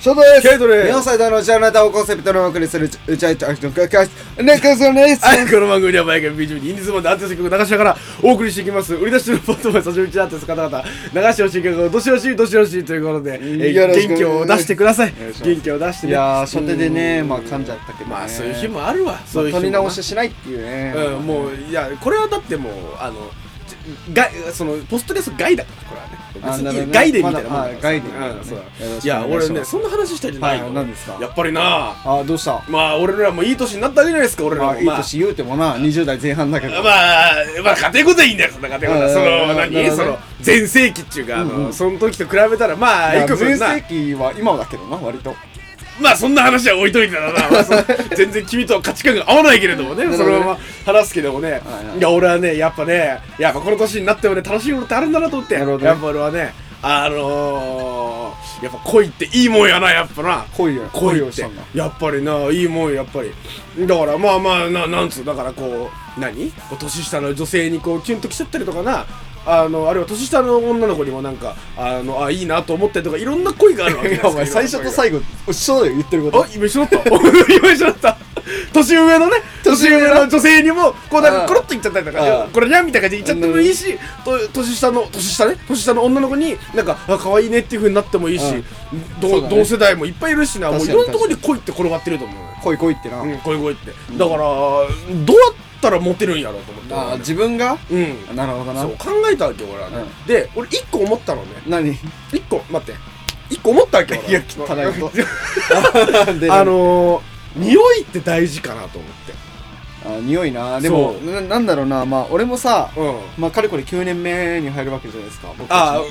ショートですケイトです日本最大のおしゃれな歌をコンセプトにお送りするうちゃいちゃんのクラスレックスですはい、この番組では毎回 BGM にインディーズバンド安定曲を流しながらお送りしていきます。売り出しのパートマン、差し打ちアーティストの方々、流してほしい曲をどしどし、どしどしということで、えよろーしく元気を出してくださいお願いし。ます元気を出していね。やー初手でねまあ噛んじゃったけど、ね、まあ、そういう日もあるわ。そういう日も取なり直ししないっていうね、うん、もう、いや、これはだってもう、あの、ちがそのポストキャスト外だから、これはあね。なるほ別どにね外でみたいなもんだまだからあ外でうん、そうだよろしくお願いいや、俺しね、ますそんな話したいじゃないよはい何ですかやっぱりな、ああどうしたまあ、俺らもいい年になったわけじゃないですか、俺らまも。あいいまあ年言うてもな20代前半だけど、まあ、まあ、家庭ごとはいいんだよ、そんな家庭ごとは。そうんの、なる何ほどそねの、全盛期っていうか、あうんうの、んその時と比べたら、まあ、いく全分な盛、期は今だけどな割とまあ、そんな話は置いと いてだな、まあその全然君とは価値観が合わないけれどもね、なるそほどねのまま話すけどもねはいはい、いや、俺はね、やっぱね、やっぱこの年になってもね、楽しいことってあるんだなと思って、なやるほっどねぱ俺はね、あのー、やっぱ恋っていいもんやな、やっぱな。恋を恋をっしてたんだやっぱりないいもんやっぱりだからまあまあななんつうだからこう何こう年下の女性にこうキュンときちゃったりとかなあのあるいは年下の女の子にもなんかあのあいいなと思ったりとかいろんな恋があるわいけじゃやなおいで前すか最初と最後一緒だよ言ってることあ今一緒だった 今一緒だった年上のね年年上の上の女性にもこうなんああかコロッといっちゃったりとああかこれにゃんみたいな感じで言っちゃってもいいしと年下の年下ね年下の女の子になんかあ可愛いねっていう風になってもいいしうんそ同うだね同世代もいっぱいいるしなもうい確かにろんなところに恋って転がってると思うよ恋恋ってな、うん、こういう声って。だから、どうやったらモテるんやろうと思って。ああ自分がうん。なるほどなそう、考えたわけよ、俺はね。うで、俺一個思ったのね。 何一個、待って。一個思ったわけよ。俺いや汚いことあのー、匂いって大事かなと思って。あ匂いなでもそうななんだろうなまあ俺もさ、うん。まあかれこれ9年目に入るわけじゃないですか僕たちああ、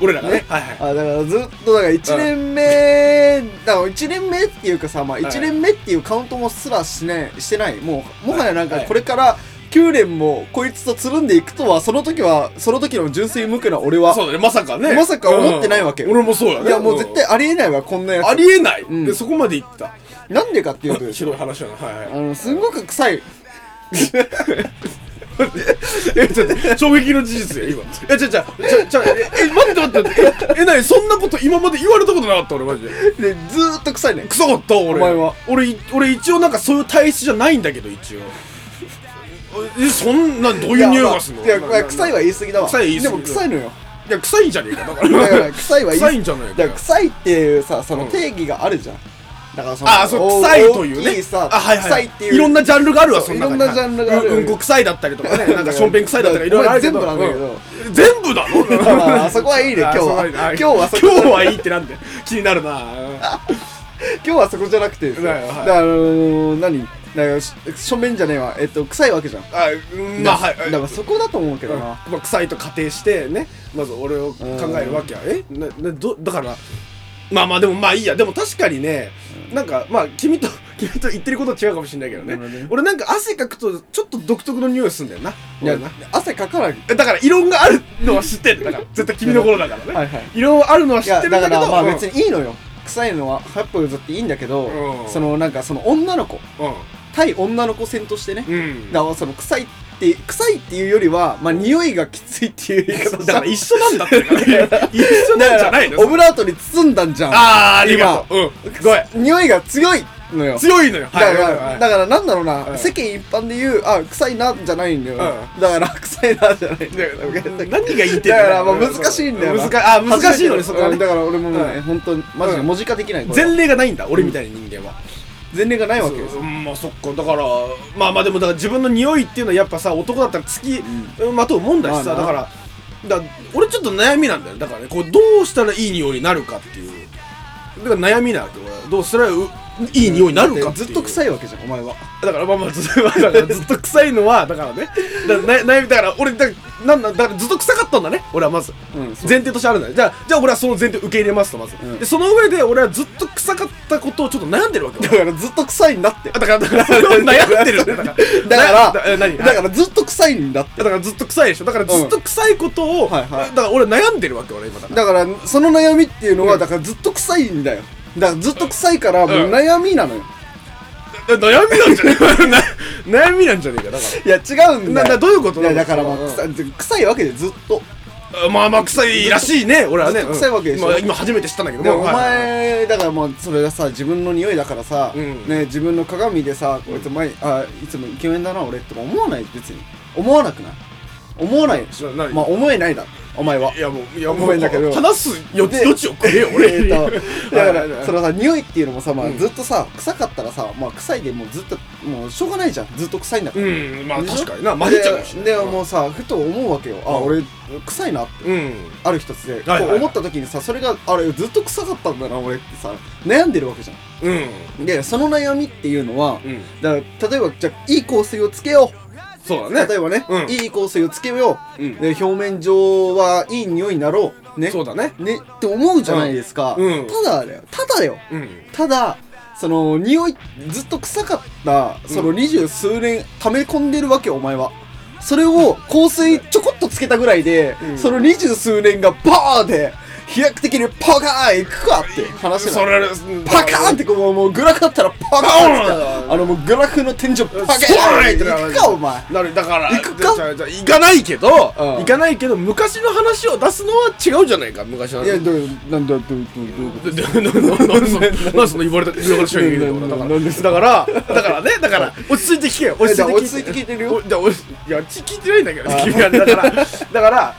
俺らがねね。はいはい。あだからずっとだから1年目だから1年目っていうかさまあい1年目っていうカウントもすらしないしてないもうもはやなんかはいこれから9年もこいつとつるんでいくとはその時はその時の純粋無垢な俺はそうだね、まさかね。まさか思ってないわけうん俺もそうやね。いやもう絶対ありえないわこんなうん。やありえない。んで、そこまで行った。つなんでかっていうと ですひねどい話やな。はあいはい。のすんごく臭いえ、ちょっと、衝撃の事実や、今。え、ちょ、ちょ、ちょ、ちょ、え、え待って待って待って。え、えなに、そんなこと今まで言われたことなかった、俺、マジで。でずーっと臭いね臭かった俺お前は俺い俺一応なんかそういう体質じゃないんだけど一応えそんなどういう匂いがするのいや,、まあいや臭いは言い過ぎだわ臭いは言い過でぎも臭いのよいや臭いんじゃねえかだか だからら臭いは言臭いんじゃないだからか臭いっていうさそのうん定義があるじゃん、だからそのああそう臭いという大きねいさあはい臭はいっていういろんなジャンルがあるわそうそのいろ中にんなジャンルがあるようんうんこ臭いだったりとかね なんかションペン臭いだったりいだろいろからあるけ全ど部なんだけどうん全部なのまあまあまあそこ はいいね今日は あそうなんだあ今日はそこ今日はいいってなんで気に なるな今日はそこじゃなくてさだはいはいからあのー何だからし書面じゃねえわえっと臭いわけじゃんあうんまあはいだからそこだと思うけどな、まあ、臭いと仮定してねまず俺を考えるわけやえななどだからまあまあでもまあいいやでも確かにねなんかまあ君と 君と言ってることは違うかもしれないけどねなるほどね俺なんか汗かくとちょっと独特の匂いするんだよないや俺な汗かかないえだから異論があるのは知ってるだから絶対君の頃だからねはいはい異論はあるのはい知っやてるだんだかけどらまあうん別にいいのよ、臭いのは8歩譲っていいんだけど、うんそのなんかその女の子対女の子戦としてね、うん、うん、だからその臭いって臭いっていうよりはまあ匂いがきついっていう言いだ方から一緒なんだってだから一緒なんじゃないのオブラートに包んだんじゃん ああありがとう、うん、ごめん匂いが強いのよ強いのよだから、はいだからなんだろうな、うん世間一般で言うあ臭いなじゃないんだよ、うんだから臭いなじゃないんだよ何が言ってだからまあ難しいんだよな難あ難しいのねそこはうんねだから俺もね、うん本当にマジでうん文字化できないこれ前例がないんだ俺みたいな人間は、前例がないわけですそううんまあそっかだからまあまあでもだから自分の匂いっていうのはやっぱさ男だったらつきまとうもんだしまさあなだからだ俺ちょっと悩みなんだよだからねこうどうしたらいい匂いになるかっていうだから悩みなわけ俺はどうしたらういい匂いになるかってずいうっと臭いいわけじゃんお前はだからまあまあずだからずっと 臭いのはだからねだからな悩みだから俺だなんなんだからずっと臭かったんだね俺はまずうんそう前提としてあるんだねじゃあじゃあ俺はその前提を受け入れますとまず、うんでその上で俺はずっと臭かったことをちょっと悩んでるわけだよからずっと臭いんだってあ だからだからそれを悩んでるんだよだかだから なだえ何だからずっと臭いんだってだからずっと臭いでしょだからずっと臭いことを、はいはいだから俺悩んでるわけ俺今だかだらからその悩みっていうのはうんだからずっと臭いんだよだからずっと臭いからもううん悩みなのよ だから 悩みなんじゃねえかな悩みなんじゃねえかだかいや違うんらなだなよどういうこといやだからまあうん臭い臭いわけでずっとまあまあ臭いらしいね俺はねずっと臭いわけでしょうんまあ今初めて知ったんだけどでもおまあはい前だからまあそれがさ自分の匂いだからさ、うんね、自分の鏡でさこいつ前あいつもイケメンだな俺って思わない別に思わなくない思わないでしょ知らないまあ思えないだお前はいやもういやごめんだけど話す余地で余地をくれよ俺えーとだかはいはいはらいそのさ匂いっていうのもさ、まうあ、んずっとさ臭かったらさ、まあ、臭いでもうずっともうしょうがないじゃんずっと臭いんだから、うんまあでしょ確かにな混ぜちゃうしねででもうさふと思うわけよあ、うん俺臭いなうんある一つで、はいはいはいこう思った時にさそれがあれずっと臭かったんだな俺ってさ悩んでるわけじゃんうんでその悩みっていうのはうんだから例えばじゃあいい香水をつけよそうう、だね例えばね、うんいい香水をつけようんうで表面上はいい匂いになろうねそうだねねって思うじゃないですか、うんただだよただだようんただその匂いずっと臭かったその二十数年溜め込んでるわけよお前はそれを香水ちょこっとつけたぐらいで、うんその二十数年がバーで飛躍的にパカーンいくかって話なのそれパカーンってこうもうグラフだったらパカーンってあのもうグラフの天井パカーンっていくかお前なるだから行くかじゃあじゃあ行かないけどうん行かないけど昔の話を出すのは違うじゃないか昔の話いやどうなんだどうどうどういうことななななんでそんななんでそんな言われた言われた人が言うのだなかならだからだからねだから落ち着いて聞けよ落ち着いていや落ち着いて聞いてるよおじゃあ落ちいやち聞いてないんだけどあ君はねだからだから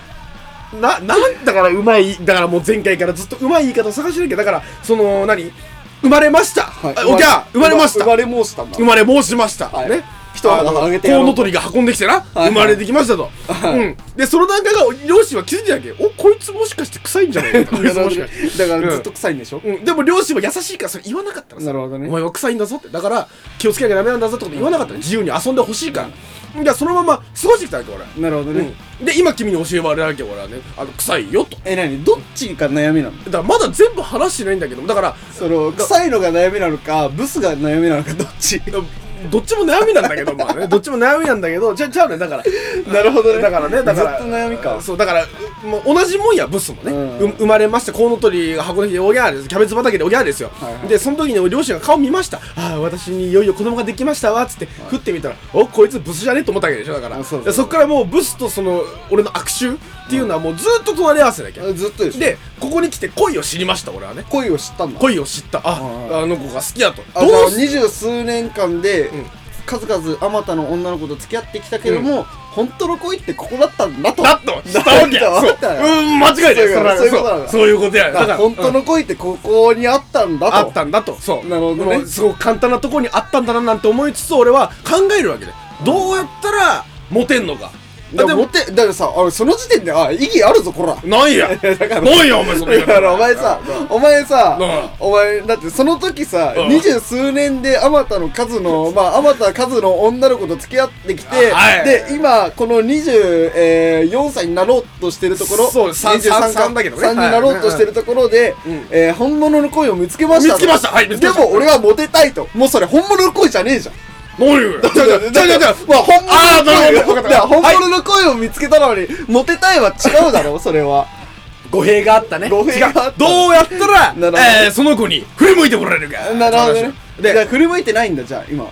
ななんだからうまいだからもう前回からずっとうまい言い方を探してるけどだからその何生まれました、はいあおきゃ生まれました生まれ申したんだ生まれ申しました、はいね一肌あげてやあろうのコウノトリが運んできてな、はい生まれてきましたと、はいうん、でその段階が両親は気づいてないわけおこいつもしかして臭いんじゃ ないかこいつもしかしてだからずっと臭いんでしょ、うん、でも両親は優しいからそれ言わなかったらさなるほどねお前は臭いんだぞってだから気をつけなきゃダメなんだぞってこと言わなかったら自由に遊んでほしいからじゃあそのまま過ごしてきたわけ俺、なるほどね、うん、で今君に教えられなきゃ俺はねあの臭いよとえ、なにどっちが悩みなのだからまだ全部話してないんだけどだからその、臭いのが悩みなのか、ブスが悩みなのか、どっ ちどっちも悩みなんだけどまあ ねどっちも悩みなんだけどじゃじゃあねだからなるほどねだからねだからずっと悩みかそうだからうもう同じもんやブスもうね、んう生まれましてコウノトリが箱根でおぎゃーですキャベツ畑でおぎゃーですよ、はいはいでその時に両親が顔見ましたああ私にいよいよ子供ができましたわっつって振ってみたら、おこいつブスじゃねと思ったわけでしょだからあそうそうでそっからもうブスとその俺の握手っていうのはもうずっと隣り合わせだけ、どずっとでしょでここに来て恋を知りました俺はね恋を知ったんだ。恋を知ったあ、はあの子が好きだとあじゃあどうし二十数年間で、うん数々あまたの女の子と付き合ってきたけども、本当の恋ってここだったんだと。だとしたわけやだとそうだとうん間違いなそういいうことそれはそういうことなんそうだそういうことやだから本当の恋ってここにあったんだと。あったんだとそうなるほどねもうすごく簡単なところにあったんだななんて思いつつ俺は考えるわけでどうやったらモテんのかだあからでモもテ、だからさ、あその時点で、あ、意義あるぞ、こら。なんやなんやお前そのだからお前さ、お前さうん、お前、だってその時さ、うん二十数年であまたの数の、まあ、あまた数の女の子と付き合ってきて、はいで、今、この24歳になろうとしてるところ、そうさん23かさんだけどねさんになろうとしてるところでうん、えー本物の恋を見つけましたと。見つけましたはい見つけでましたも俺はモテたいと。もうそれ本物の恋じゃねえじゃん。何や じゃじゃじゃじゃじゃまあ、本あーなる物の恋ほどわだかっかたら本物の恋を見つけたのに、モテたいは違うだろ、それは。語弊があったね語弊があった違うどうやったなるほどらえーその子に振り向いてもらえるかなるほどね。で、で振り向いてないんだ、じゃあ、今。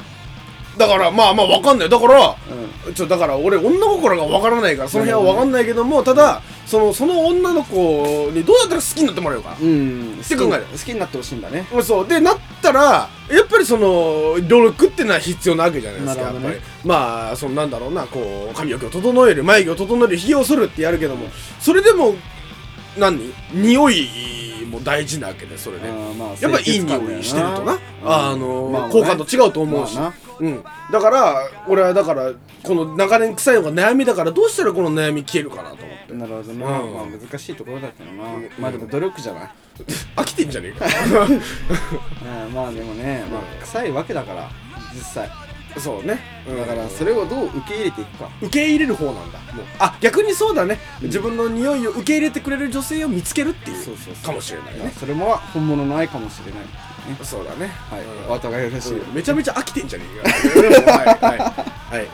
だからまあまあわかんないだからうん。ちょだから俺女心がわからないからその辺はわかんないけどもただそのその女の子にどうやったら好きになってもらえるかうん。って考える好きになってほしいんだね。そうでなったらやっぱりその努力ってのは必要なわけじゃないですか、なるほやっどぱねりまあそのなんだろうなこう髪の毛を整える眉毛を整えるひげを剃るってやるけどもそれでも何匂いも大事なわけでそれあねーまあやっぱいい匂いしてるとな、あの、好好感感度度違うと思うし、まあなうん、だから俺はだからこの長年臭いのが悩みだからどうしたらこの悩み消えるかなと思ってなるほどね。うんまあ難しいところだけどな。まあでも努力じゃない。飽きてんじゃ ねえかうんまあでもね、まあ臭いわけだから、実際。そうね、うんだからそれをどう受け入れていくか。受け入れる方なんだもうあ逆にそうだね、自分の匂いを受け入れてくれる女性を見つけるっていうそうそうそうかもしれないまあねそれも本物の愛かもしれない。ねそうだねはいうん。お互いよろしい。めちゃめちゃ飽きてんじゃねえかはいはいはい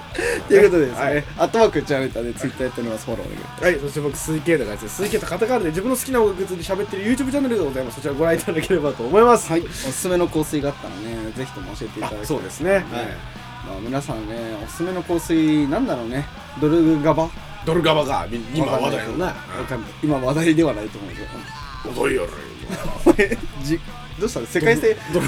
ということでですはいね、アットマークチャネタでツイッターやっております。フォローお願いします。はい、そして僕、鈴木啓太がですね、鈴木啓太カタカナで自分の好きな音楽について喋ってる YouTube チャンネルでございます。そちらご覧いただければと思います。はい、おすすめの香水があったらね、ぜひとも教えていただあきたい。そうですね。はい。まあ、皆さんねおすすめの香水なんだろうねドルガバドルガバがみ今わかん話ない題のなわかんない今話題ではないと思うけど踊りよる これじどうしたの世界性ドル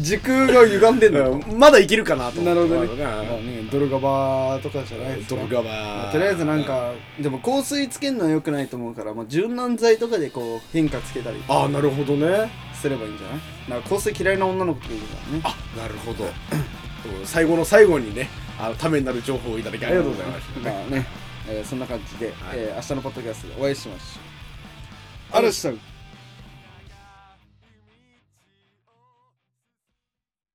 時空が歪んでんのまだいけるかなと思なってるほどね,、まあ、ねドルガバとかじゃないですかドルガバとりあえずなんかでも香水つけるのは良くないと思うから、まあ、柔軟剤とかでこう変化つけたりああなるほどねすればいいんじゃないなんか香水嫌いな女の子っているからねあなるほど 最後の最後にねあのためになる情報をいただきありがとうございま したまあね、えーそんな感じで、はいえー明日のポッドキャストでお会いしましょう。嵐さん